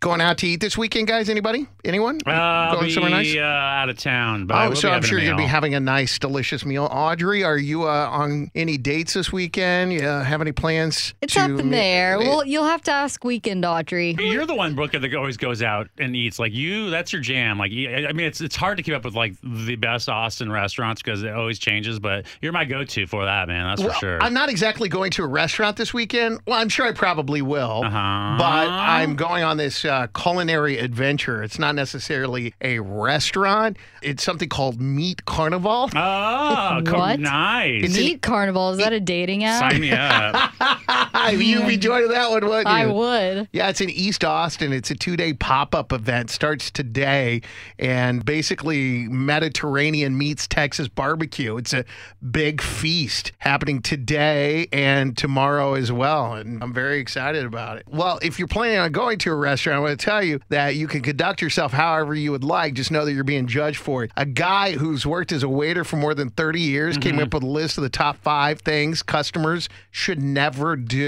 Going out to eat this weekend, guys? Anybody? Anyone? Uh, I'll Going be somewhere nice? uh, out of town, but I Oh, will so be I'm having a sure you'll be meal. having a nice, delicious meal. Audrey, are you uh, on any dates this weekend? You uh, have any plans? It's to up in meet- there. Well, you'll have to ask Weekend Audrey. You're the one, Brooker, that always goes out and eats. Like you, that's your jam. Like I I mean, it's it's hard to keep up with like the best Austin restaurants because it always changes. But you're my go-to for that, man. That's Well, for sure. I'm not exactly going to a restaurant this weekend. Well, I'm sure I probably will, Uh-huh. but I'm going on this uh, culinary adventure. It's not necessarily a restaurant. It's something called Meat Carnival. oh, co- What? nice. Meat Carnival, is that a dating app? Sign me up. Uh, You'd be joining that one, wouldn't you? I would. Yeah, it's in East Austin. It's a two day pop up event. Starts today and basically Mediterranean meets Texas barbecue. It's a big feast happening today and tomorrow as well. And I'm very excited about it. Well, if you're planning on going to a restaurant, I want to tell you that you can conduct yourself however you would like. Just know that you're being judged for it. A guy who's worked as a waiter for more than 30 years came up with a list of the top five things customers should never do.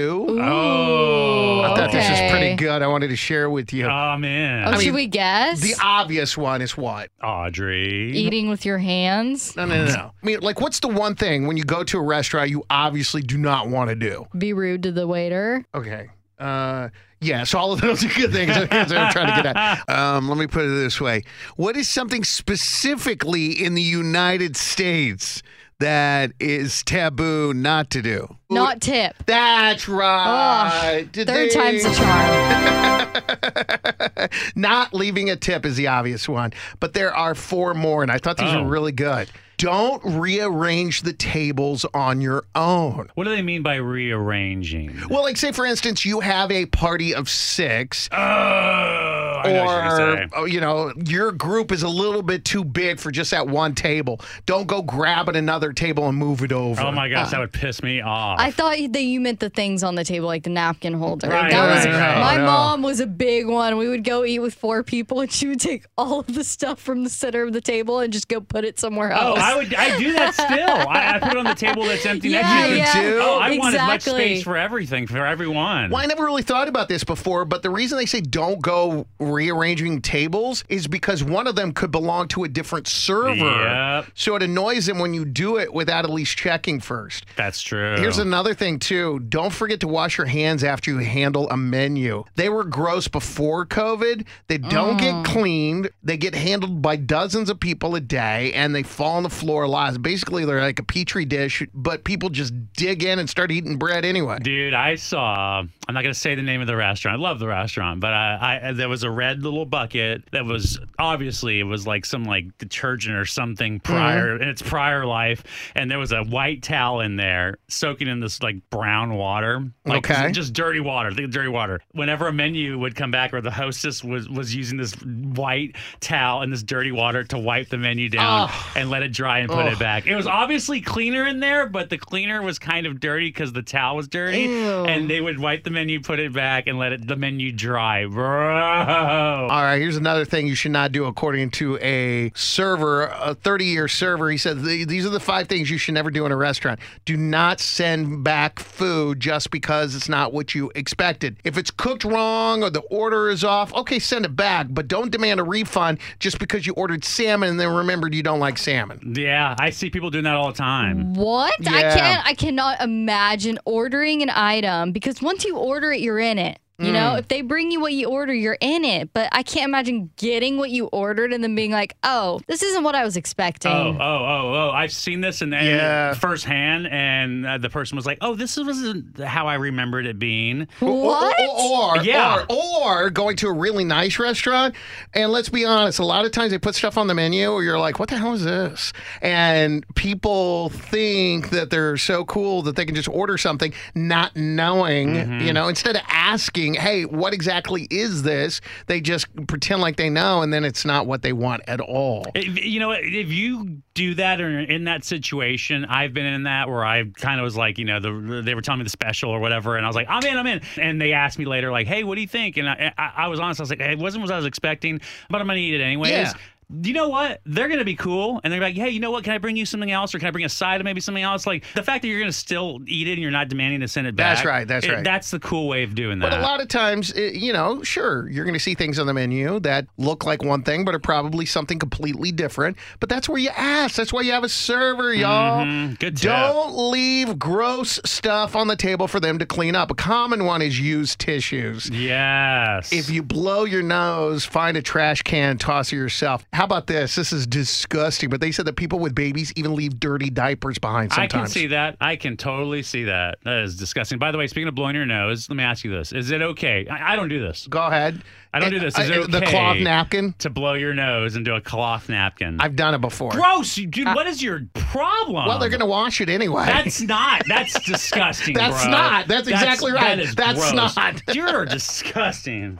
Oh, I thought this is pretty Okay. good. I wanted to share with you. Oh man, Oh, mean, should we guess? the obvious one is what? Audrey. Eating with your hands? No, no, no, no. I mean, like, what's the one thing when you go to a restaurant you obviously do not want to do? Be rude to the waiter? Okay. Uh, yeah, so all of those are good things. That's what I'm trying to get at. Um, let me put it this way What is something specifically in the United States that is taboo not to do? Not tip. That's right. Ugh, Did third time's they- the charm. Not leaving a tip is the obvious one, but there are four more, and I thought these Oh. were really good. Don't rearrange the tables on your own. What do they mean by rearranging? Well, like say for instance, you have a party of six, Oh, I know what you're gonna or say. oh, you know your group is a little bit too big for just that one table. Don't go grabbing another table and move it over. Oh my gosh, that would piss me off. Uh, I thought you- that you meant the things on the table, like the napkin holder. Right, that was right, right. my No. mom was a big one. We would go eat with four people, and she would take all of the stuff from the center of the table and just go put it somewhere Oh, else. I would. I do that still. I, I put it on the table that's empty Yeah, next to yeah, me. Oh, I want as much exactly. space for everything for everyone. Well, I never really thought about this before, but the reason they say don't go rearranging tables is because one of them could belong to a different server. Yep. So it annoys them when you do it without at least checking first. That's true. Here's another thing, too. Don't forget to wash your hands after you handle a menu. They were gross before COVID. They don't get cleaned. They get handled by dozens of people a day and they fall on the floor a lot. Basically, they're like a petri dish, but people just dig in and start eating bread anyway. Dude, I saw. I'm not gonna say the name of the restaurant. I love the restaurant, but I, I there was a red little bucket that was obviously it was like some like detergent or something prior in its prior life, and there was a white towel in there soaking in this like brown water, like Okay. just dirty water, think of dirty water. Whenever a menu would come back or the hostess was was using this white towel and this dirty water to wipe the menu down and let it dry and put it back. It was obviously cleaner in there, but the cleaner was kind of dirty because the towel was dirty. And they would wipe the menu, put it back, and let it the menu dry. Bro. All right, here's another thing you should not do according to a server, a 30 year server. He said "The- these are the five things you should never do in a restaurant. Do not send back food just because it's not what you expected. If it's cooked wrong or the order is off, okay, send it back, but don't demand a refund just because you ordered salmon and then remembered you don't like salmon. Yeah, I see people doing that all the time. What? I Yeah. can't. I cannot imagine ordering an item because once you order it, you're in it. You know, if they bring you what you order, you're in it. But I can't imagine getting what you ordered and then being like, "Oh, this isn't what I was expecting." Oh, oh, oh, oh! I've seen this in, in Yeah. firsthand, and uh, the person was like, "Oh, this wasn't how I remembered it being." Oh, What? Or, or, Yeah. or, or going to a really nice restaurant. And let's be honest, a lot of times they put stuff on the menu where you're like, what the hell is this? And people think that they're so cool that they can just order something not knowing, you know, instead of asking asking, hey, what exactly is this? They just pretend like they know, and then it's not what they want at all. If, you know, what, if you do that or in that situation, I've been in that where I kind of was like, you know, the, they were telling me the special or whatever, and I was like, I'm in, I'm in. And they asked me later, like, hey, what do you think? And I, I, I was honest, I was like, it wasn't what I was expecting, but I'm gonna eat it anyways. Yeah. You know what? They're gonna be cool, and they're like, "Hey, you know what? Can I bring you something else, or can I bring a side of maybe something else?" Like the fact that you're gonna still eat it and you're not demanding to send it back. That's right, that's right. That's the cool way of doing that. But a lot of times, eh, you know, sure, you're going to see things on the menu that look like one thing, but are probably something completely different. But that's where you ask. That's why you have a server, y'all. Mhm. Good tip. Don't leave gross stuff on the table for them to clean up. A common one is used tissues. yes. If you blow your nose, find a trash can, toss it yourself. How about this? This is disgusting, but they said that people with babies even leave dirty diapers behind sometimes. I can see that. I can totally see that. That is disgusting. By the way, speaking of blowing your nose, let me ask you this: Is it okay? I, I don't do this. Go ahead. I don't do this. Is Uh, it The cloth okay? napkin. To blow your nose into a cloth napkin. I've done it before. Gross, you- dude. what is your problem? Well, they're going to wash it anyway. That's not. That's disgusting. That's bro. not. That's exactly right. That is That's gross. not. You're disgusting.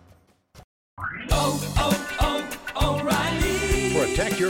Protect your